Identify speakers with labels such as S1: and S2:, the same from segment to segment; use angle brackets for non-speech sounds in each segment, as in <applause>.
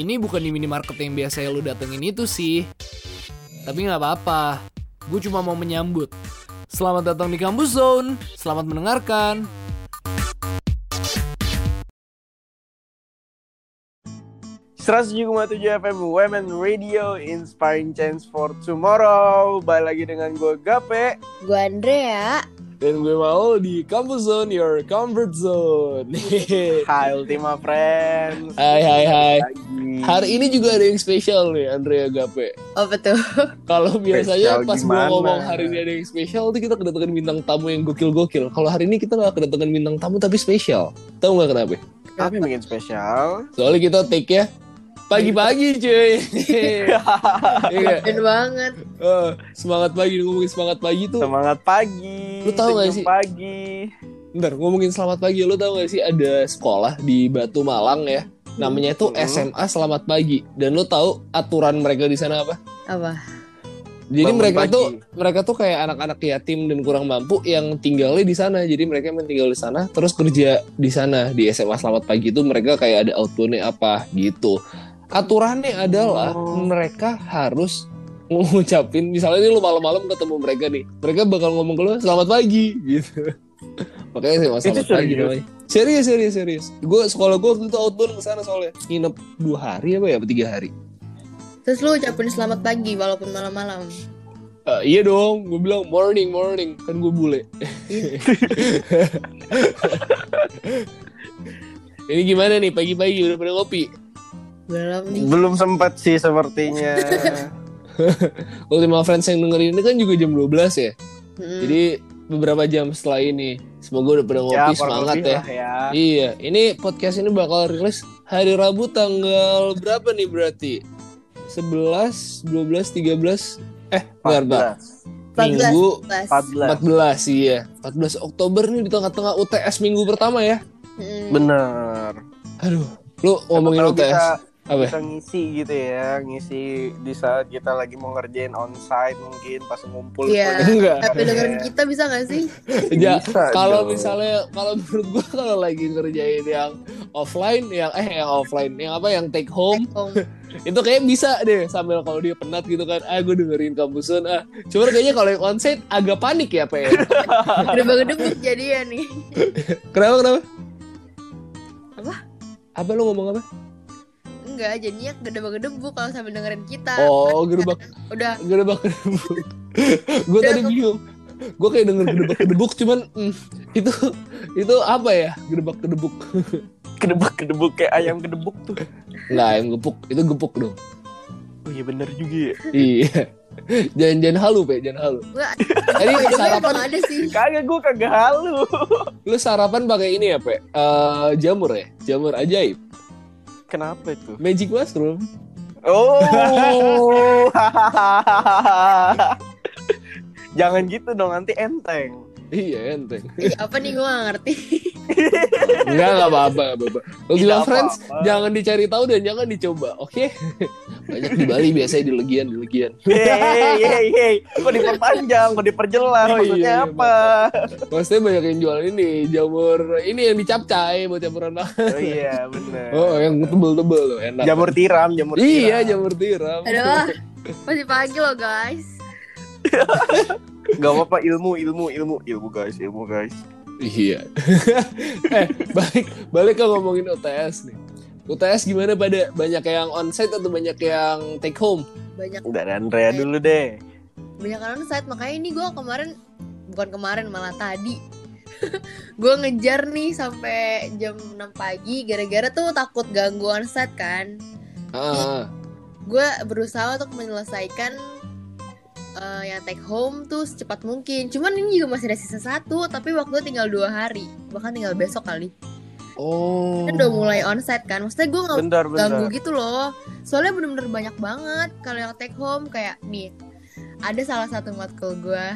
S1: Ini bukan di minimarket yang biasanya lu datengin itu sih. Tapi nggak apa-apa, gue cuma mau menyambut. Selamat datang di Kampus Zone, selamat mendengarkan.
S2: Seratus FM Women Radio Inspiring Change for Tomorrow Balik lagi dengan gue Gape
S3: Gue Andrea
S1: Dan gue mau di Kampus Zone, your comfort zone.
S2: Hai Ultima
S1: <laughs>
S2: Friends
S1: hai, hai, hai.
S2: Lagi.
S1: Hari ini juga ada yang spesial nih, Andrea Gape.
S3: Oh betul
S1: Kalau biasanya
S2: Spesial
S1: pas mau
S2: gimana?
S1: ngomong hari ini ada yang spesial tuh kita kedatangan bintang tamu yang gokil-gokil. Kalau hari ini kita nggak kedatangan bintang tamu tapi spesial. Tahu nggak kenapa?
S2: Apa yang bikin spesial?
S1: Soalnya kita take ya pagi-pagi
S2: <laughs>
S1: cuy. Iya nggak?
S3: Dan banget
S1: Eh, semangat pagi ngomongin semangat pagi tuh.
S2: Semangat pagi
S1: Lu tahu nggak
S2: senyum
S1: sih?
S2: pagi
S1: Bentar, ngomongin selamat pagi lo tau gak sih ada sekolah di Batu Malang ya. Namanya tuh
S2: Hmm.
S1: SMA Selamat Pagi dan lo tahu aturan mereka di sana apa?
S3: Apa?
S1: Jadi
S2: Bangun
S1: mereka
S2: pagi.
S1: tuh mereka tuh kayak anak-anak yatim dan kurang mampu yang tinggalnya di sana. Jadi mereka emang tinggal di sana terus kerja di sana di SMA Selamat Pagi itu mereka kayak ada outbound-nya apa gitu. Aturannya adalah
S2: Oh.
S1: mereka harus ngucapin misalnya ini lu malam-malam ketemu mereka nih. Mereka bakal ngomong ke lu selamat pagi gitu. <laughs> Makanya SMA
S2: Itu
S1: Selamat Pagi
S2: serius?
S1: namanya. Serius, serius, serius. Gue sekolah gue waktu itu outbound ke sana soalnya nginep dua hari apa ya, apa tiga hari.
S3: Terus lu ucapin selamat pagi walaupun malam-malam
S1: Eh, iya dong, gue bilang morning, morning. Kan gue
S2: <laughs>
S1: bule. Ini gimana nih pagi-pagi udah pada ngopi?
S3: Belum nih
S2: Belum sempat sih
S1: <laughs>
S2: sepertinya
S1: Ultima Friends yang dengerin ini kan juga jam 12 ya.
S2: Hmm.
S3: Mm.
S1: Jadi beberapa jam setelah ini. Semoga udah pada ngopi
S2: kurang
S1: semangat
S2: lebih
S1: ya.
S2: lah ya.
S1: Iya, ini podcast ini bakal rilis hari Rabu tanggal berapa nih berarti? 11, 12, 13 Eh, bentar, bentar.
S3: 14,
S1: Minggu
S3: 14.
S2: 14
S1: 14 iya. 14 Oktober nih di tengah-tengah UTS minggu pertama ya.
S3: Mm.
S2: Bener
S1: Aduh, lu ngomongin
S2: Kalau
S1: UTS
S2: kita-
S1: apa?
S2: bisa ngisi gitu ya ngisi di saat kita lagi mau ngerjain onsite mungkin pas ngumpul
S3: Iya.
S1: <laughs> Enggak. <laughs>
S3: Tapi dengerin kita bisa gak sih?
S1: Ya,
S2: Bisa
S1: kalau
S2: dong.
S1: misalnya kalau menurut gua <laughs> kalau lagi ngerjain yang offline yang eh yang offline yang apa yang take home <laughs>
S3: Om.
S1: itu kayak bisa deh sambil kalau dia penat gitu kan ah gue dengerin kampusan ah cuman kayaknya kalau yang onsite agak panik ya
S2: <laughs>
S1: pak ya
S3: Gedebak-gedebuk jadinya ya nih
S1: kenapa kenapa
S3: Apa?
S1: apa lu ngomong apa
S3: Enggak jadinya gedebak-gedebuk kalau sambil dengerin kita
S1: oh gerobak
S3: Udah
S1: gedebak gedebuk gue tadi bingung gue kayak denger gedebak gedebuk cuman mm, itu itu apa ya gedebak gedebuk
S2: kedebuk kedebuk kayak ayam kedebuk tuh
S1: nggak yang gepuk itu gepuk dong
S2: oh iya bener juga ya
S1: iya jangan jangan halu pak jangan halu
S3: Gue
S1: tadi sarapan
S3: ada sih
S2: kagak gue kagak halu
S1: lu sarapan pakai ini ya pak Eh, jamur ya jamur ajaib
S2: kenapa itu
S1: magic mushroom
S2: oh <laughs> jangan gitu dong nanti enteng
S1: iya enteng
S3: Ih, Apa nih gue gak
S1: <laughs>
S3: ngerti
S1: nggak nggak apa apa nggak apa lu
S2: Tidak
S1: bilang friends
S2: apa-apa.
S1: jangan dicari tahu dan jangan dicoba oke <laughs> banyak di Bali biasanya di legian di legian
S2: Yeay, yeay, yeay. Kok diperpanjang, kok diperjelas,
S1: Oh, iya,
S2: maksudnya
S1: iya,
S2: apa?
S1: Maksudnya banyak yang jual ini jamur ini yang dicapcai buat campuran makanan.
S2: Oh iya, bener.
S1: Oh, yang tebel-tebel tuh enak.
S2: Jamur tiram, jamur tiram.
S1: iya, jamur tiram.
S3: Aduh Masih pagi loh guys
S2: Gak apa-apa ilmu ilmu ilmu ilmu guys ilmu guys.
S1: Iya. <laughs> eh, balik balik ke ngomongin UTS nih. UTS gimana pada banyak yang onsite atau banyak yang take home?
S3: Banyak
S2: Dari Andrea dulu deh.
S3: banyak orang saat makanya ini gue kemarin bukan kemarin malah tadi <laughs> gue ngejar nih sampai jam 6 pagi gara-gara tuh takut gangguan set kan
S1: Ah,
S3: gue berusaha untuk menyelesaikan eh, yang take home tuh secepat mungkin cuman ini juga masih ada sisa satu tapi waktu tinggal dua hari bahkan tinggal besok kali
S1: oh.
S3: kan udah mulai onset kan maksudnya gue nggak
S2: Bentar
S3: ganggu
S2: bentar.
S3: gitu loh soalnya bener-bener banyak banget kalau yang take home kayak nih ada salah satu matkul gue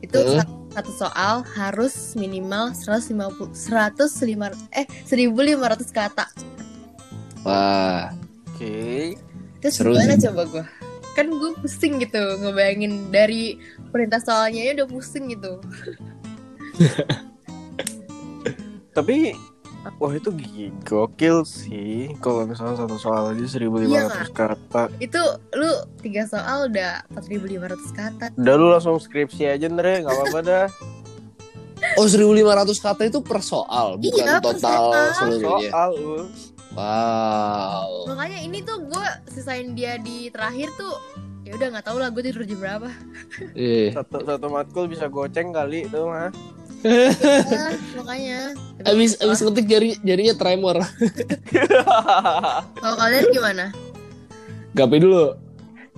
S3: itu
S1: Hmm.
S3: sat- satu soal harus minimal 150 105 eh 1500 kata
S1: Wah,
S2: Oke.
S3: terus
S1: Seru
S3: gimana
S1: sih.
S3: coba gue kan gue pusing gitu ngebayangin dari perintah soalnya ya udah pusing gitu
S2: Tapi Wah itu gi- gokil sih Kalau misalnya satu soal aja 1500
S3: Iya, Kak.
S2: kata
S3: Itu lu tiga soal udah 4.500 kata.
S2: Udah lu langsung skripsi aja Ndre Gak apa-apa dah
S1: Oh 1500 kata itu per soal bukan
S3: Iya, per
S1: total
S3: soal.
S1: seluruhnya.
S2: Soal uh, lu
S1: Wow.
S3: Makanya ini tuh gue sisain dia di terakhir tuh ya udah nggak tahu lah gue tidur jam berapa.
S1: Eh.
S2: satu, satu matkul bisa goceng kali itu mah
S3: Ah, makanya. Tapi-
S1: Abis abis ngetik jari jarinya tremor.
S3: Kalau kalian gimana?
S1: Gape dulu.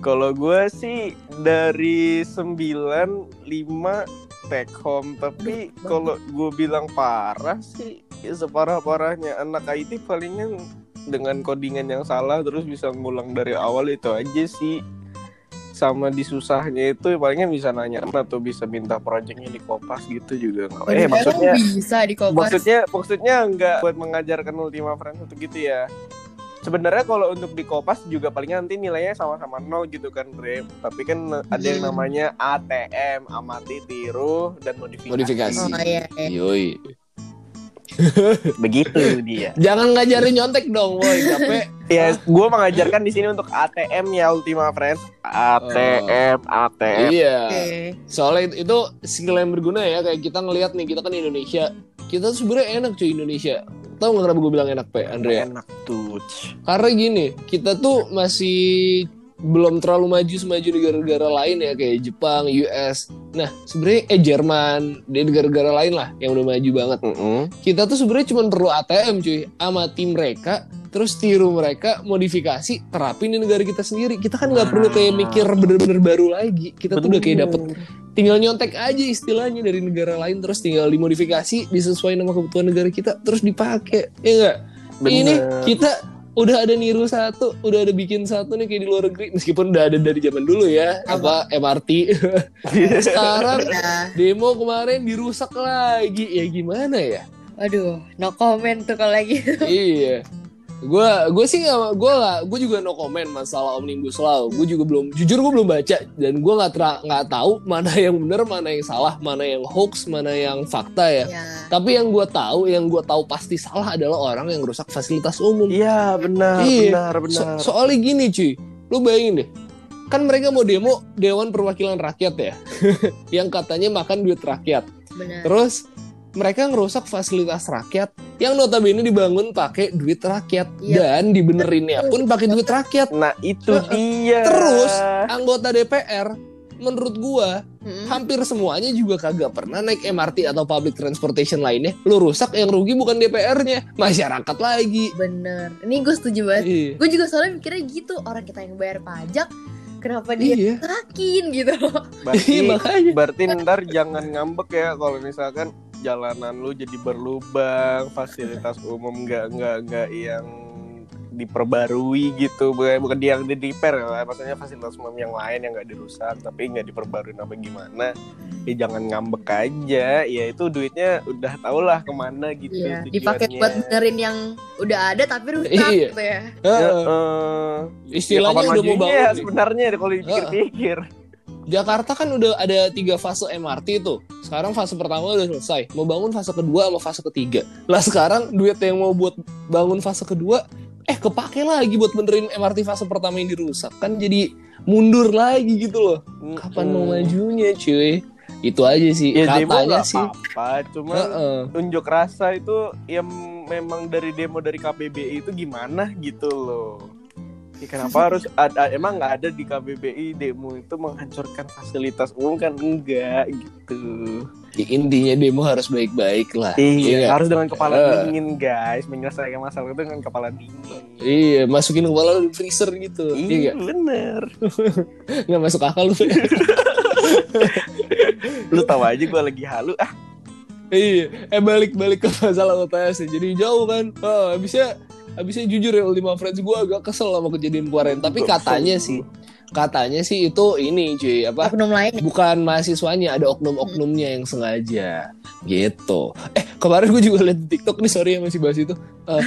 S2: Kalau gue sih dari 9, 5 take home Tapi
S3: Aduh,
S2: kalau gue bilang parah sih ya Separah-parahnya anak IT palingan dengan codingan yang salah Terus bisa ngulang dari awal itu aja sih sama di susahnya itu palingan bisa nanya atau bisa minta projectnya di kopas gitu juga nggak apa- eh
S3: Emang
S2: maksudnya
S3: bisa di kopas.
S2: maksudnya maksudnya nggak buat mengajarkan Ultima Friends untuk gitu ya sebenarnya kalau untuk di Kopas juga paling nanti nilainya sama-sama nol gitu kan Dre tapi kan ada yang
S3: Hmm.
S2: namanya ATM amati tiru dan modifikasi,
S1: Modifikasi.
S3: Oh iya. iya.
S1: Yoi.
S2: Hmm. <laughs> begitu dia
S1: Jangan ngajarin nyontek dong, boy. Gape.
S2: ya gue mengajarkan di sini untuk ATM ya Ultima Friends ATM
S1: Oh.
S2: ATM
S1: iya.
S3: Oke.
S1: Soalnya itu, itu skill yang berguna ya kayak kita ngelihat nih kita kan di Indonesia. Kita tuh sebenarnya enak cuy Indonesia. Tahu nggak kenapa gue bilang enak, Pe, Andrea?
S2: enak tuh
S1: Karena gini, kita tuh masih belum terlalu maju semaju negara-negara lain ya kayak Jepang, US. Nah, sebenarnya eh Jerman, dan negara-negara lain lah yang udah maju banget. Kita tuh sebenarnya cuma perlu ATM cuy, amati mereka, terus tiru mereka, modifikasi, terapin di negara kita sendiri. Kita kan nggak perlu kayak mikir bener-bener baru lagi. Kita tuh udah kayak dapet, tinggal nyontek aja istilahnya dari negara lain, terus tinggal dimodifikasi, disesuaikan sama kebutuhan negara kita, terus dipakai, ya nggak? Ini <laughs> kita udah ada niru satu, udah ada bikin satu nih kayak di luar negeri meskipun udah ada dari zaman dulu ya, apa MRT. <laughs> Sekarang
S3: Nah,
S1: demo kemarin dirusak lagi. Ya gimana ya?
S3: Waduh, no comment tuh kalau lagi.
S1: iya. Gua gue sih gak, gua gak, gua juga no comment masalah Omnibus Law. Gue juga belum jujur gue belum baca dan gua nggak tra- nggak tahu mana <laughs> yang benar, mana yang salah, mana yang hoax, mana yang fakta ya.
S3: ya.
S1: Tapi yang gua tahu, yang gua tahu pasti salah adalah orang yang rusak fasilitas umum.
S2: iya benar
S1: Iya.
S2: benar
S1: So-
S2: benar
S1: soalnya gini cuy, lu bayangin deh, kan mereka mau demo Dewan Perwakilan Rakyat ya, <laughs> yang katanya makan duit rakyat.
S3: Benar.
S1: Terus mereka ngerusak fasilitas rakyat yang notabene dibangun pakai duit rakyat
S3: Iya.
S1: dan dibenerinnya pun pakai duit rakyat.
S2: nah itu dia
S1: Terus, Anggota DPR menurut gua
S3: Mm-mm.
S1: hampir semuanya juga kagak pernah naik MRT atau public transportation lainnya. Lu rusak yang rugi bukan DPR-nya, masyarakat lagi.
S3: Bener. Ini gue setuju banget.
S1: Iya.
S3: Gue juga soalnya mikirnya gitu orang kita yang bayar pajak, kenapa dia
S1: Iya.
S3: yakin gitu? loh.
S1: Iya,
S2: berarti
S1: <laughs> makanya.
S2: Berarti ntar jangan ngambek ya kalau misalkan jalanan lu jadi berlubang, fasilitas umum nggak nggak nggak yang diperbarui gitu bukan bukan dia yang di repair ya maksudnya fasilitas umum yang lain yang nggak dirusak tapi nggak diperbarui apa gimana ya jangan ngambek aja ya itu duitnya udah tau lah kemana gitu
S3: Iya.
S2: tujuannya.
S3: Dipakai buat benerin yang udah ada tapi rusak
S1: Iya.
S3: gitu ya.
S1: Heeh.
S2: Heeh.
S1: Istilahnya
S2: kapan
S1: udah mau
S2: majunya
S1: bangun
S2: ya
S1: nih.
S2: sebenarnya kalau dipikir-pikir
S1: Jakarta kan udah ada tiga fase MRT tuh. Sekarang fase pertama udah selesai. Mau bangun fase kedua sama fase ketiga. Lah sekarang duit yang mau buat bangun fase kedua, eh kepake lagi buat benerin MRT fase pertama yang dirusak. Kan jadi mundur lagi gitu loh. Kapan mau
S2: Mm-mm.
S1: majunya cuy? Itu aja sih.
S2: ya demo
S1: Katanya
S2: nggak
S1: sih.
S2: apa-apa cuma
S1: Heeh.
S2: unjuk rasa itu yang memang dari demo dari KBBI itu gimana gitu loh. Ya, kenapa harus ada emang nggak ada di KBBI demo itu menghancurkan fasilitas umum kan enggak gitu.
S1: Ya, Intinya demo harus baik-baik lah.
S2: Iya, harus dengan kepala
S1: Eh.
S2: dingin guys, menyelesaikan masalah itu dengan kepala dingin.
S1: Iya, masukin kepala lu di freezer gitu. Iya
S2: Iya
S1: nggak?
S2: bener
S1: Nggak masuk akal lu.
S2: Lu tahu aja gue lagi halu ah,
S1: Iya, eh balik-balik ke masalah UTS ya. Jadi jauh kan. Oh, habisnya habisnya jujur ya Ultima Friends gue agak kesel sama kejadian kemarin. Tapi
S2: Gua kesel
S1: katanya
S2: dulu.
S1: sih, katanya sih itu ini cuy apa
S3: oknum lain
S1: bukan mahasiswanya ada oknum-oknumnya yang sengaja gitu eh kemarin gue juga liat di TikTok nih sorry yang masih bahas itu
S3: <laughs>
S1: Eh,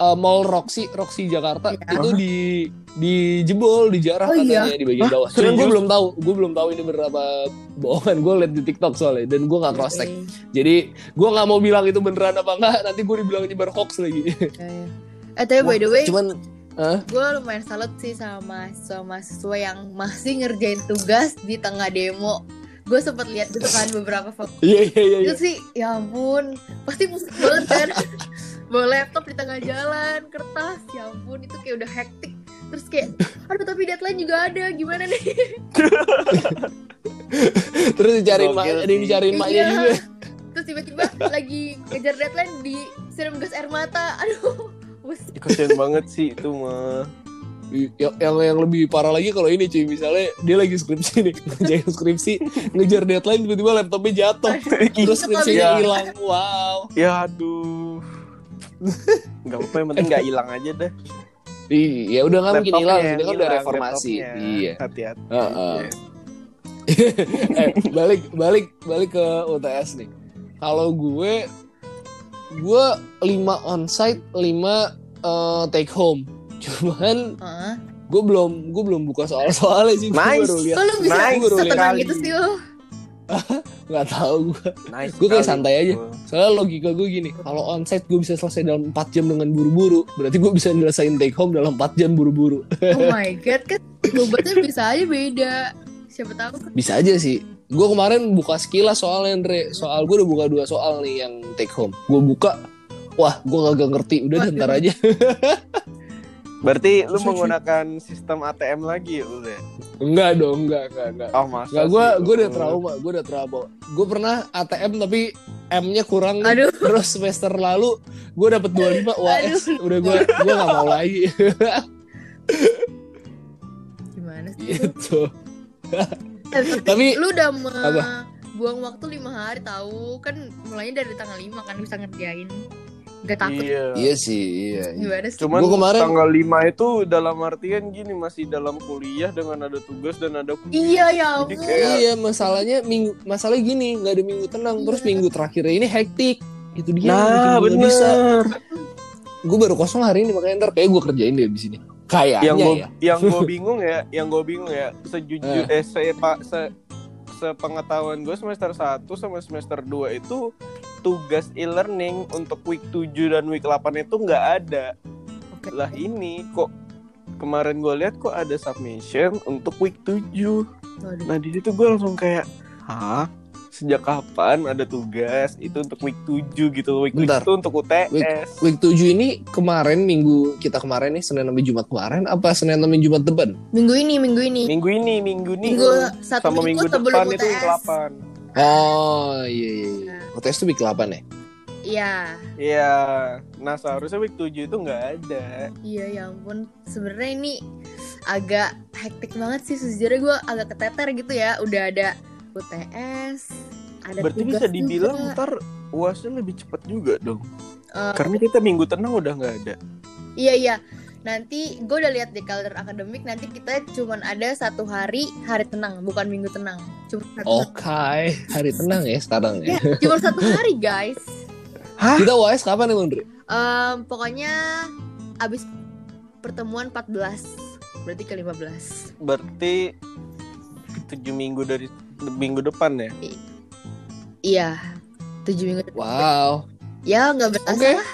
S1: eh, Mall Roxy Roxy Jakarta
S3: Iya.
S1: itu di di jebol dijarah
S3: Oh, iya?
S1: katanya di bagian bawah cuman gue belum tahu gue belum tahu ini berapa bohongan gue liat di TikTok soalnya dan gue nggak cross check
S3: Iya,
S1: jadi gue nggak mau bilang itu beneran apa enggak nanti gue dibilang nyebar hoax lagi
S3: iya, iya. eh tapi by the way
S1: cuman
S3: gue lumayan salut sih sama mahasiswa-mahasiswa yang masih ngerjain tugas di tengah demo gue sempet lihat gitu kan beberapa foto
S1: iya iya iya
S3: itu
S1: iya.
S3: sih ya ampun pasti pusing banget kan bawa laptop di tengah jalan kertas ya ampun itu kayak udah hektik terus kayak aduh tapi deadline juga ada gimana nih
S2: <laughs>
S1: terus dicariin mak
S2: Gokil
S1: ada yang
S2: sih.
S1: dicariin maknya
S3: Iya.
S1: juga
S3: terus tiba-tiba lagi ngejar deadline di siram gas air mata aduh pusing
S2: Ya, kasihan banget sih itu mah.
S1: yang, yang yang lebih parah lagi kalau ini cuy misalnya dia lagi skripsi nih <laughs> ngerjain skripsi ngejar deadline tiba-tiba laptopnya jatuh
S3: Iya.
S1: terus
S3: Itu kalau
S1: skripsinya
S2: bisa.
S1: hilang wow
S2: Ya aduh. Gak apa-apa yang penting gak hilang aja deh.
S1: Ih, ya udah nggak mungkin
S2: Laptopnya
S1: hilang
S2: yang
S1: ini kan udah
S2: hilang,
S1: reformasi
S2: laptopnya.
S1: iya
S2: Hati-hati.
S1: Heeh.
S2: Iya.
S1: eh, balik balik balik ke UTS nih kalau gue gue 5 onsite 5 take home <laughs> cuman
S3: Heeh.
S2: Iya.
S1: gue belum gue belum buka soal soalnya sih gue
S2: Nice.
S1: baru lihat
S3: Kok lu bisa
S2: Nice
S3: setenang
S2: sekali.
S3: itu sih lu?
S1: nggak tahu gue
S2: Nice
S1: Gue kayak
S2: sekali.
S1: santai aja. soalnya logika gue gini kalau onsite gue bisa selesai dalam 4 jam dengan buru-buru berarti gue bisa nyelesain take home dalam 4 jam buru-buru
S3: Oh my god, kan bobotnya bisa aja beda. Siapa tahu kan
S1: bisa aja sih gue kemarin buka sekilas soalnya Andre soal gue udah buka dua soal nih yang take home gue buka wah gue kagak ngerti udah deh,
S3: Waduh.
S1: ntar aja
S2: Berarti lu menggunakan sistem ATM lagi ya, Ul, ya?
S1: enggak dong enggak enggak enggak
S2: Oh, masa
S1: Enggak, gue
S2: sih,
S1: gue udah
S2: Ul?
S1: trauma, gue udah trauma. Gue pernah ATM tapi M-nya kurang. nih.
S3: Aduh.
S1: Terus semester lalu gue dapet 25 UAS.
S3: Aduh.
S1: Udah gue gue gak mau lagi <laughs>
S3: gimana sih?
S2: Iya.
S3: lu?
S1: gitu.
S3: Eh,
S1: Tapi-
S3: lu udah me-
S1: Apa?
S3: buang waktu lima hari tahu kan mulainya dari tanggal 5 kan bisa ngerjain gak takut
S2: Iya.
S1: Iya sih, iya.
S3: gimana sih
S2: Cuman
S1: Gua kemarin-
S2: tanggal 5 itu dalam artian gini masih dalam kuliah dengan ada tugas dan ada kuliah.
S3: iya ya
S2: Jadi
S3: ampun
S2: kayak-
S1: Iya, masalahnya minggu masalahnya gini, nggak ada minggu tenang. Terus
S3: Iya.
S1: minggu terakhirnya ini hektik. Itu dia.
S2: Nah,
S1: yang bikin gua nggak Iya, Bisa. Gue baru kosong hari ini makanya ntar kayak gue kerjain deh di sini. Kayaknya
S2: Yang gue
S1: ya.
S2: yang
S1: <laughs>
S2: gue bingung ya, yang gue bingung ya, sejujur eh, se, pa- se- sepengetahuan gue semester 1 sama semester 2 itu tugas e-learning untuk week 7 dan week 8 itu nggak ada.
S3: Oke.
S2: Lah iya. ini kok kemarin gue lihat kok ada submission untuk week 7.
S3: Waduh.
S2: Nah di situ gue langsung kayak, hah? Sejak kapan ada tugas itu untuk week 7 gitu? Week 7
S1: Bentar.
S2: itu untuk UTS.
S1: Week 7 ini kemarin minggu kita kemarin nih Senin sampai Jumat kemarin apa Senin sampai Jumat depan?
S3: minggu ini minggu ini
S2: Minggu ini, minggu ini.
S3: minggu satu
S2: sama minggu
S3: minggu,
S2: depan
S3: sebelum
S2: itu week
S3: UTS
S2: 8.
S1: Oh iya iya. iya. UTS tuh week 8 ya?
S3: iya
S2: Iya. Nah, seharusnya week 7 itu nggak ada.
S3: iya ya ampun sebenarnya ini agak hektik banget sih sejujurnya gue agak keteter gitu ya udah ada UTS ada
S2: Berarti
S3: tugas
S2: bisa dibilang
S3: juga.
S2: ntar uasnya lebih cepat juga dong.
S3: Eh,
S2: Karena kita minggu tenang udah nggak ada.
S3: Iya iya. Nanti gue udah lihat di kalender akademik nanti kita cuman ada satu hari hari tenang bukan minggu tenang. Cuma satu,
S2: Oh.
S1: Oke, hari tenang ya sekarang ya.
S3: Ya, cuma satu hari guys.
S1: Kita UAS kapan ya, emang, Dri?
S3: Em, pokoknya abis pertemuan 14 berarti ke 15
S2: Berarti 7 minggu dari minggu depan ya.
S3: Iya 7 minggu depan.
S1: Wow.
S3: Ya nggak berasa
S1: Oke.
S3: lah.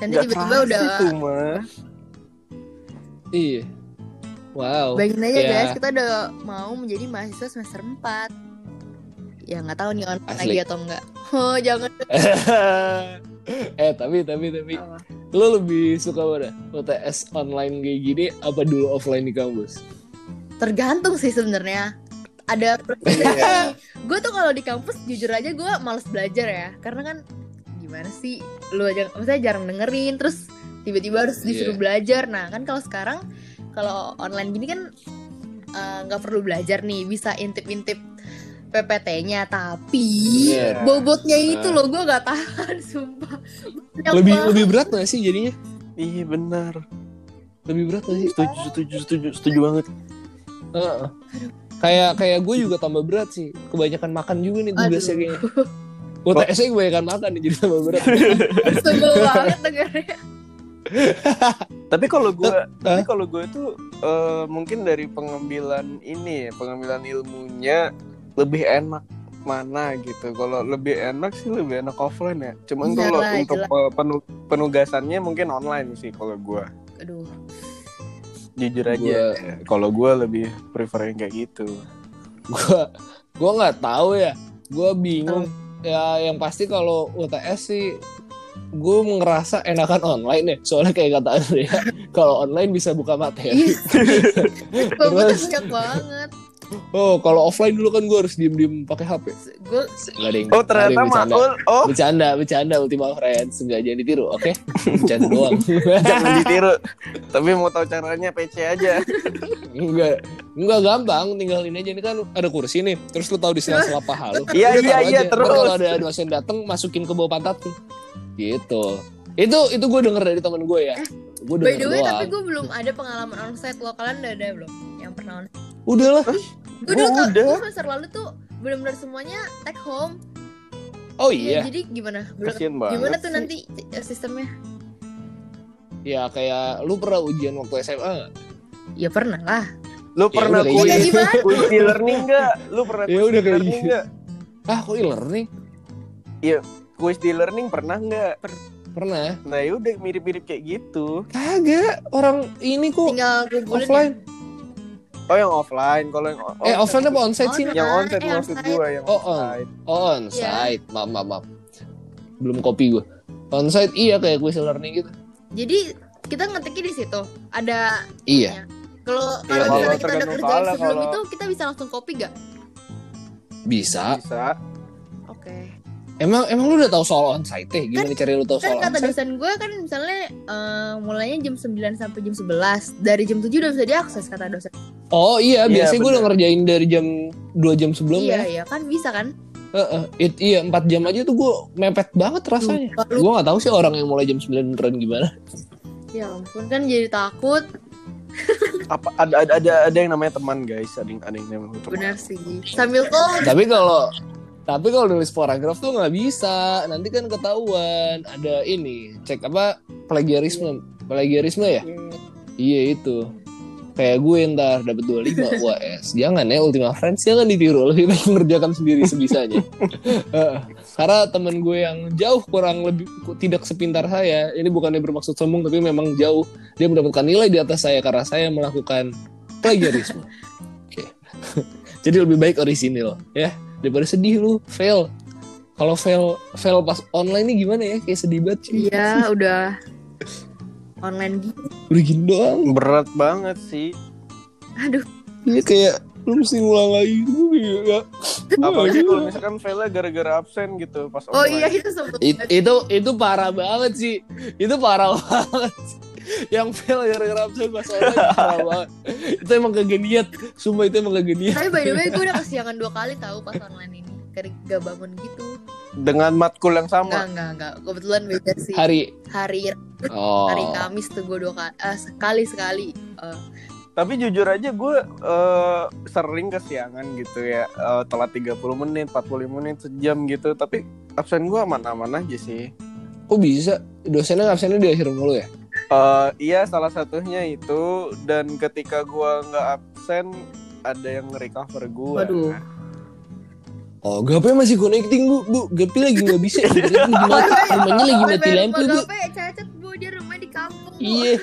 S3: Nanti
S2: Nggak
S3: tiba-tiba
S2: terasa
S3: udah
S2: itu, mah.
S1: Iya. Wow.
S3: Bayangin aja
S1: Ya.
S3: guys kita udah mau menjadi mahasiswa semester 4 Ya nggak tahu nih online
S1: Asli.
S3: lagi atau enggak <laughs> Oh jangan
S1: <laughs> eh, tapi tapi tapi
S3: Apa?
S1: lo lebih suka mana? UTS online kayak gini apa dulu offline di kampus?
S3: tergantung sih sebenarnya ada
S1: Iya.
S3: gue tuh kalau di kampus jujur aja gue males belajar ya karena kan gimana sih lu aja maksudnya jarang dengerin terus tiba-tiba harus disuruh
S1: Iya.
S3: belajar nah kan kalau sekarang kalau online gini kan eh, nggak perlu belajar nih bisa intip-intip PPT-nya tapi
S1: Iya.
S3: bobotnya itu
S1: Ah.
S3: loh gue nggak tahan sumpah Banyak
S1: Lebih
S3: banget.
S1: lebih berat gak sih jadinya?
S2: Iya benar.
S1: Lebih berat gak sih?
S2: Setuju, setuju, setuju, setuju banget.
S1: Heeh. Kayak kayak gue juga tambah berat sih. Kebanyakan makan juga nih tugasnya
S3: Aduh.
S1: kayaknya. UTS-nya kebanyakan makan nih jadi tambah berat.
S3: Sebel banget dengernya.
S2: Tapi kalau gue,
S1: Eh,
S2: tapi
S1: Hah?
S2: kalau gue tuh eh, mungkin dari pengambilan ini, ya, pengambilan ilmunya lebih enak mana gitu. Kalau lebih enak sih lebih enak offline ya. Cuman
S3: Iya
S2: kalau
S3: lah,
S2: untuk eh, penu- penugasannya mungkin online sih kalau gue.
S3: Aduh.
S2: Jujur
S1: Gua-
S2: aja, kalau gue lebih prefer yang kayak gitu.
S1: Gue gue nggak tahu ya. Gue bingung. Ya yang pasti kalau UTS sih gue ngerasa enakan online ya soalnya kayak kata Andrea <laughs> kalau online bisa buka materi ya. <laughs>
S3: Iya. Gue
S1: Terus?
S3: banyak banget.
S1: oh kalau offline dulu kan gue harus diem diem pakai HP
S3: Gue
S1: Gak ada yang
S2: Oh
S1: nggak ada yang
S2: ternyata
S1: bercanda.
S2: Maul, oh
S1: bercanda bercanda Ultima Friends nggak jadi ditiru oke bercanda doang
S2: <laughs> jangan ditiru. Tapi mau tahu caranya PC aja.
S1: Enggak, enggak gampang, tinggalin aja ini kan ada kursi nih. Terus lu tahu di sela-sela paha lu.
S2: <laughs> Iya,
S1: Lu
S2: iya,
S1: tahu
S2: iya,
S1: aja.
S2: terus.
S1: Ntar Kalau ada dosen dateng masukin ke bawah pantat lu. Gitu. Itu itu gue denger dari temen gue ya. Gue denger
S3: by the way
S1: doang.
S3: tapi gue belum ada pengalaman onsite lo kalian udah ada belum? Yang pernah onsite?
S1: Udah lah.
S3: Gue dulu
S2: Udah.
S3: tuh gua semester lalu tuh benar-benar semuanya take home.
S1: Oh iya.
S3: Ya, jadi gimana? Belum-
S2: Kasian banget.
S3: Gimana tuh
S2: sih.
S3: nanti eh, sistemnya?
S1: Ya kayak lu pernah ujian waktu SMA nggak?
S3: Ya pernah lah.
S2: Lu
S1: Ya
S2: pernah
S1: udah,
S2: kuis
S1: iya.
S3: Ya gimana?
S2: kuis di learning enggak? Lu pernah
S1: Ya
S2: kuis
S1: udah
S2: di
S1: kayak
S2: learning
S1: gitu.
S2: enggak?
S1: Ah, kok e-learning?
S2: Kuis di learning pernah enggak?
S1: Pernah.
S2: Nah, ya udah mirip-mirip kayak gitu.
S1: Kagak. Orang ini kok
S3: Tinggal ya. kumpulin.
S1: offline.
S2: Oh, yang offline. Kalau yang on-
S1: Eh, offline apa onsite sih?
S3: Online.
S2: Yang onsite
S3: Eh,
S2: maksud
S3: onsite.
S2: gua yang
S1: Oh,
S2: onsite.
S1: Oh, onsite. Maaf, maaf, maaf. Belum kopi gue. Onsite iya kayak quiz learning gitu.
S3: Jadi kita ngetiknya di situ. Ada
S1: Iya.
S3: kalau
S1: kalau
S2: Iya,
S3: kalau misalnya kita udah
S2: tergantung
S3: kerjain
S2: soalnya,
S3: sebelum
S2: kalau-
S3: itu kita bisa langsung copy gak?
S1: Bisa.
S2: Bisa.
S3: Oke.
S1: Emang emang lu udah tahu soal onsite ya? Gimana cari lu tahu
S3: Kan
S1: soal
S3: kata
S1: onsite?
S3: dosen gue kan misalnya eh, mulainya jam 9 sampai jam 11. Dari jam 7 udah bisa diakses kata dosen.
S1: Oh iya,
S2: Iya,
S1: biasanya gue udah
S2: bener.
S1: ngerjain dari jam 2 jam
S3: iya,
S1: sebelumnya.
S3: iya kan bisa kan?
S1: Heeh. It- iya, 4 jam aja tuh gue mepet banget rasanya.
S3: Lupa,
S1: Gue nggak tahu sih orang yang mulai jam 9 beneran gimana. <laughs>
S3: Ya ampun kan jadi takut.
S2: Apa ada ada ada, ada yang namanya teman, guys. Ada yang ada yang namanya teman.
S3: Benar sih. Iya. Sambil kok
S1: tapi kalau tapi kalau nulis paragraf tuh nggak bisa. Nanti kan ketahuan ada ini, cek apa plagiarisme. Plagiarisme ya? Iya itu. Kayak gue ntar dapat 25 UAS. Jangan ya Ultima Friends jangan ditiru. Lebih baik mengerjakan sendiri sebisanya. Heeh. Karena temen gue yang jauh kurang lebih ku- tidak sepintar saya. Ini bukannya bermaksud sombong tapi memang jauh dia mendapatkan nilai di atas saya karena saya melakukan plagiarisme. Oke. Jadi lebih baik orisinil ya daripada sedih lu fail. Kalau fail fail pas online ini gimana ya? Kayak sedih banget. cuy.
S3: Iya, udah online gitu.
S1: Udah gini doang.
S2: Berat banget sih.
S3: Aduh,
S1: Dia kayak lu mesti ya, ngulang lagi gue kayak
S2: Apalagi kalau misalkan failnya gara-gara absen gitu pas
S3: oh iya
S2: online.
S3: itu sempat.
S1: itu itu parah banget sih itu parah <laughs> banget sih. yang fail gara-gara absen pas online itu <laughs> parah banget itu emang kegeniat sumpah itu emang kegeniat
S3: Tapi by the way gue udah kesiangan dua kali tahu pas online ini. Karena gak bangun gitu.
S2: Dengan matkul yang
S3: Enggak,
S2: sama.
S3: enggak, enggak. Kebetulan beda sih. Hari
S1: hari
S3: hari,
S1: oh
S3: Kamis tuh gue dua kali sekali sekali. Eh,
S2: Tapi jujur aja gue eh, sering kesiangan gitu ya. Eh, telat 30 menit, 40 menit, sejam gitu. Tapi absen gue aman-aman aja sih.
S1: kok bisa dosennya absennya di akhir mulu ya
S2: Eh, iya salah satunya itu dan ketika gua nggak absen ada yang recover gua.
S3: Waduh.
S1: Oh, gape masih connecting bu, bu. Gape lagi nggak bisa. Gape
S3: <laughs>
S1: lagi
S3: Oh, iya,
S1: mati, rumahnya lagi mati
S3: Sampai
S1: lampu bu.
S3: rumah Gape cacat bu dia rumah di kampung. Bu.
S1: Iya.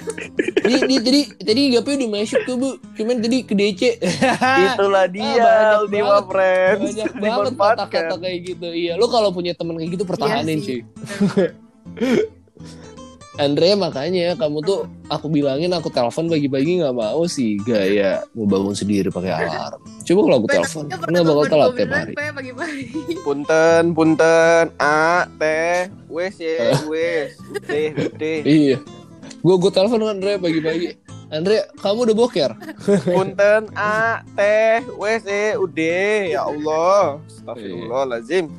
S1: Jadi, jadi tadi tadi gape udah masuk tuh bu. Cuman tadi ke DC.
S2: <laughs> Itulah
S1: Ah, banyak
S2: dia Ultima
S1: banget.
S2: Friends
S1: banyak banget
S2: Iya, dimanfaatkan.
S1: kata-kata kayak gitu iya lo kalau punya temen kayak gitu pertahanin
S3: Iya
S1: sih
S3: sih.
S1: Andre makanya kamu tuh aku bilangin aku telepon pagi-pagi nggak mau sih gaya mau bangun sendiri pakai alarm coba kalau aku
S3: Sampai
S1: telepon
S3: nanya pernah
S1: nggak bakal
S3: telepon
S1: telat
S3: gua
S1: tiap
S3: bilang,
S1: hari
S3: "Pe, pagi-pagi.
S2: Punten, punten, A, T, wes ya, wes, D, D.
S1: iya gue gue telepon kan Andre pagi-pagi Andre kamu udah boker
S2: Punten, A, T, wes ya, U, D. Ya Allah, Astagfirullahalazim.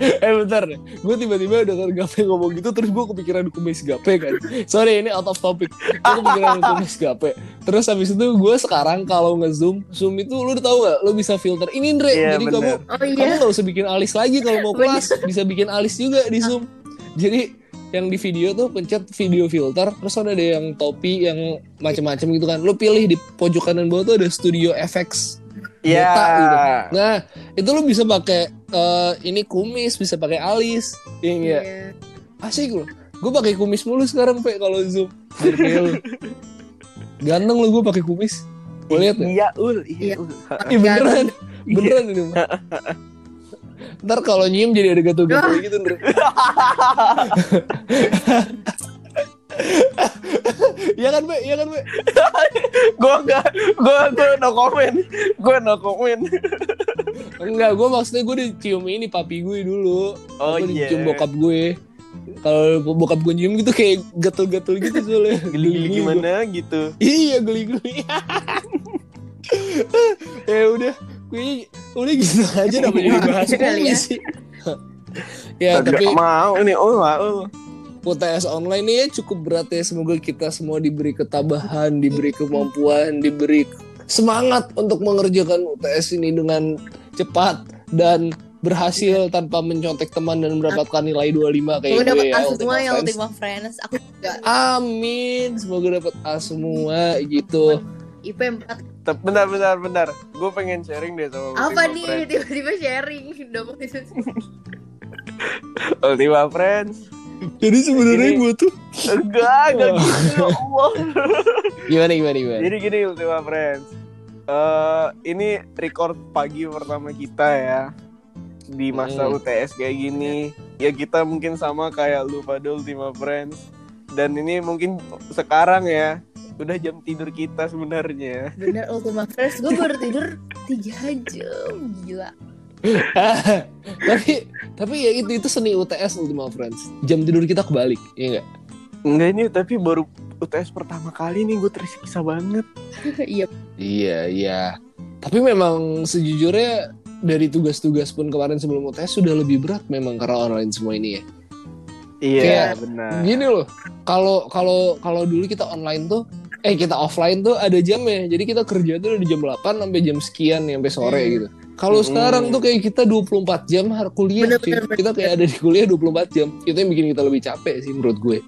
S1: eh bentar gue tiba-tiba dengar Gape ngomong gitu terus gue kepikiran kumis Gape kan sorry ini out of topic gue kepikiran kumis Gape Terus habis itu gue sekarang kalau nge-zoom, zoom itu lu udah tau gak? Lu bisa filter. Ini Ndre,
S2: Iya,
S1: jadi
S2: bener.
S1: kamu
S3: Oh
S1: kamu
S3: iya.
S1: nggak usah bikin alis lagi kalau mau
S3: Bener.
S1: kelas bisa bikin alis juga di zoom jadi yang di video tuh pencet video filter terus ada deh yang topi yang macam-macam gitu kan lu pilih di pojok kanan bawah tuh ada studio effects
S2: Iya.
S1: Botak gitu. nah itu lu bisa pakai eh, ini kumis bisa pakai alis iya nggak?
S3: Iya.
S1: asik lu gue pakai kumis mulu sekarang pe kalau zoom Biar kayak lu. ganteng lu gue pakai kumis Gua lihat ya?
S2: Iya, ul, iya,
S3: Iya.
S2: ul.
S1: Ih, beneran beneran ini Mbak. ntar kalau nyium jadi ada gatel-gatel
S3: Wah.
S1: gitu Ndre. Iya kan, Mbak? Iya kan, Mbak?
S2: Gue enggak, gue gue no comment, gue no comment.
S1: Enggak, gue maksudnya gue dicium ini papi gue dulu.
S2: Oh
S1: gue
S2: iya.
S1: dicium bokap gue. Kalau bokap gue nyium gitu kayak gatel-gatel gitu soalnya.
S2: Geli-geli
S1: Geli-geli gue.
S2: gimana gitu.
S1: Iya, geli-geli. <laughs> ya udah, kayaknya udah gitu aja namanya dibahas
S3: Kali
S1: mulu
S3: ya.
S1: sih. <laughs> ya, tapi
S2: Kagak mau nih, ul, lah, ul.
S1: UTS online ini ya cukup berat ya. Semoga kita semua diberi ketabahan, diberi kemampuan, diberi semangat untuk mengerjakan UTS ini dengan cepat dan berhasil tanpa mencontek teman dan mendapatkan nilai 25 kayak
S3: Gue
S1: gue
S3: dapet
S1: ya.
S3: A
S1: Ultima
S3: semua yang
S1: Friends.
S3: Ultima Friends. Aku juga
S1: Amin, semoga dapat A semua gitu.
S3: IP 4.
S2: Tep- Bentar, bentar, bentar. Gue pengen sharing deh sama Ultima
S3: Apa nih
S2: Friends.
S3: tiba-tiba sharing dong.
S2: Ultima Friends.
S1: Jadi sebenarnya
S2: Ini-
S1: gue tuh
S2: Enggak, enggak
S1: Oh.
S2: gitu. ya Allah.
S1: gimana gimana gimana.
S2: Jadi gini Ultima Friends. Eh ini record pagi pertama kita ya di masa
S1: Hmm.
S2: UTS kayak gini. Ya kita mungkin sama kayak lu pada Ultima Friends. Dan ini mungkin sekarang ya udah jam tidur kita sebenarnya.
S3: Bener Ultima Friends. Gue baru tidur 3 jam. Gila.
S1: <laughs> tapi tapi ya itu itu seni UTS Ultima Friends. Jam tidur kita kebalik, ya enggak?
S2: Enggak ini tapi baru UTS pertama kali nih gue tersiksa banget.
S3: Iya.
S1: Iya, iya. Tapi memang sejujurnya dari tugas-tugas pun kemarin sebelum UTS sudah lebih berat memang karena online semua ini ya. Kayak-
S2: Iya, benar.
S1: Gini loh, kalau kalau kalau dulu kita online tuh eh kita offline tuh ada jamnya. Jadi kita kerja tuh dari jam 8 sampai jam sekian nih, sampai sore
S3: Hmm.
S1: gitu. Kalau
S2: Hmm.
S1: sekarang tuh kayak kita 24 jam harus kuliah.
S3: Bener,
S1: cuy.
S3: bener, bener.
S1: Kita kayak ada di kuliah 24 jam. Itu yang bikin kita lebih capek sih menurut gue.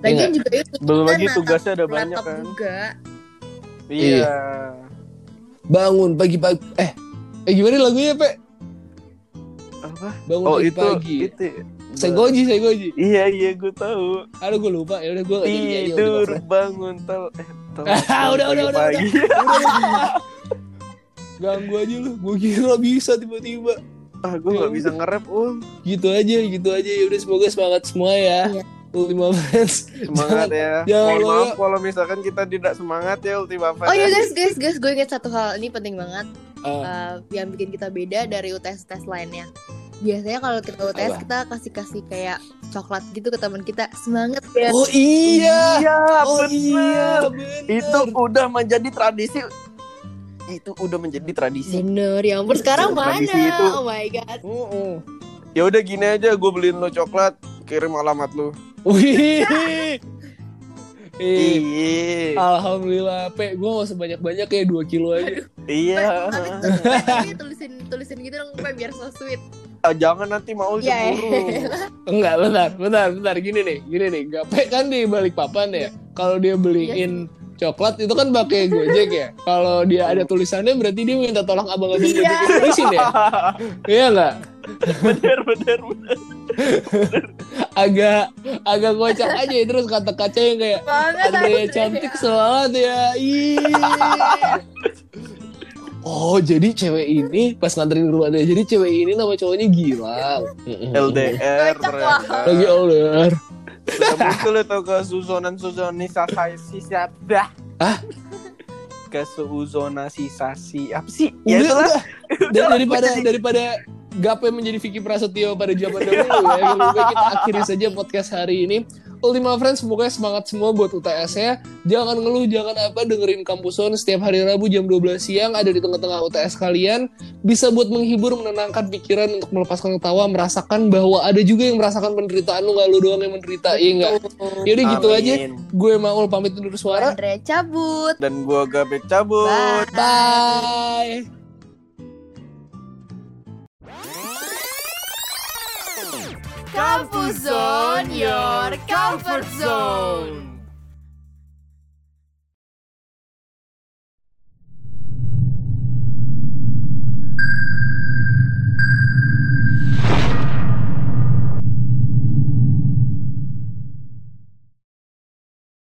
S1: Iya
S3: Lagian juga itu.
S2: Belum
S3: kita
S2: lagi
S1: Kan
S3: natap
S2: tugasnya ada banyak
S3: Laptop
S2: kan.
S3: juga.
S1: Iya.
S2: Iya.
S1: Bangun pagi-pagi eh eh gimana lagunya, Pe?
S2: Apa?
S1: Bangun
S2: Oh itu
S1: pagi-pagi.
S2: itu.
S1: Segoji, Segoji.
S2: Iya iya gue tahu.
S1: Aduh gue lupa, ya udah gue
S2: <laughs>
S1: gak jadi nyanyi Ultima
S2: tidur
S1: Friends.
S2: bangun tel eh tel
S1: Ah, <laughs> udah, udah, udah,
S2: pagi.
S1: ganggu aja lu gue kira bisa tiba-tiba
S2: <laughs> ah gue nggak bisa nge-rap
S1: <laughs>
S2: um
S1: gitu aja gitu aja ya udah semoga semangat semua ya
S3: Iya.
S1: Ultima Friends
S2: semangat ya
S1: jangan
S2: mohon
S1: lo,
S2: maaf
S1: ya.
S2: kalau misalkan kita tidak semangat ya Ultima Friends
S3: Oh iya guys, guys, guys, gue inget satu hal ini penting banget
S1: <laughs> Ah.
S3: eh, yang bikin kita beda dari UTS tes lainnya. Biasanya kalau kita UTS
S1: Apa?
S3: kita kasih kasih kayak coklat gitu ke teman kita semangat ya.
S1: oh iya
S2: iya
S1: oh
S2: bener.
S1: iya bener.
S2: itu udah menjadi tradisi itu udah menjadi tradisi
S3: Bener, ya ampun sekarang
S2: Tradisi
S3: mana?
S2: itu.
S3: Oh my god.
S1: Mm-mm.
S2: ya udah gini aja gue beliin lo coklat kirim alamat lo
S1: Oh, wih
S2: <laughs>
S1: Ih, Ah.
S2: iya
S1: Eh, Alhamdulillah, Pe, gue gak usah banyak-banyak ya, 2 kilo aja.
S2: iya
S3: Habis itu Pe, tapi tulisin tulisin gitu dong Pe, biar so sweet.
S2: Ah, jangan nanti mau
S3: Iya,
S2: cemburu
S1: Enggak, bentar, bentar, bentar, gini nih, gini nih. Gak Pe kan di balik papan ya, kalau dia beliin coklat itu kan pakai Gojek ya. Kalau dia ada tulisannya berarti dia minta tolong abang-abang
S3: Iya.
S1: Gojek Indonesia ya. Iya nggak?
S2: <laughs> bener bener
S1: Iya.
S2: bener
S1: Agak agak kocak aja ya, terus kata kaca yang kayak
S3: Banget
S1: Andrea
S3: Andre.
S1: cantik semangat ya. Ih. Oh jadi cewek ini pas nganterin ke rumah dia jadi cewek ini nama cowoknya Gilang.
S2: LDR
S3: Kocak,
S2: ternyata
S1: Lagi older.
S2: Udah muncul itu ke susunan susonisasi dah.
S1: Hah?
S2: Ke suzonasisasi apa sih?
S1: Udah,
S2: Ya itulah. <laughs>
S1: udah. Dan daripada daripada
S2: <laughs>
S1: Gape menjadi Vicky Prasetyo pada zaman dahulu ya. Lebih baik kita akhiri saja podcast hari ini. Ultima Friends semoga semangat semua buat UTS-nya. ya. Jangan ngeluh, jangan apa, dengerin Kampuson setiap hari Rabu jam 12 siang ada di tengah-tengah UTS kalian. Bisa buat menghibur, menenangkan pikiran untuk melepaskan ketawa, merasakan bahwa ada juga yang merasakan penderitaan lu nggak lu doang yang menderita, iya nggak? Yaudah gitu aja.
S2: Amin.
S1: Gue Maul pamit undur suara.
S3: Andre cabut.
S2: Dan gua gabek cabut.
S1: Bye.
S3: Campus Zone, your comfort zone.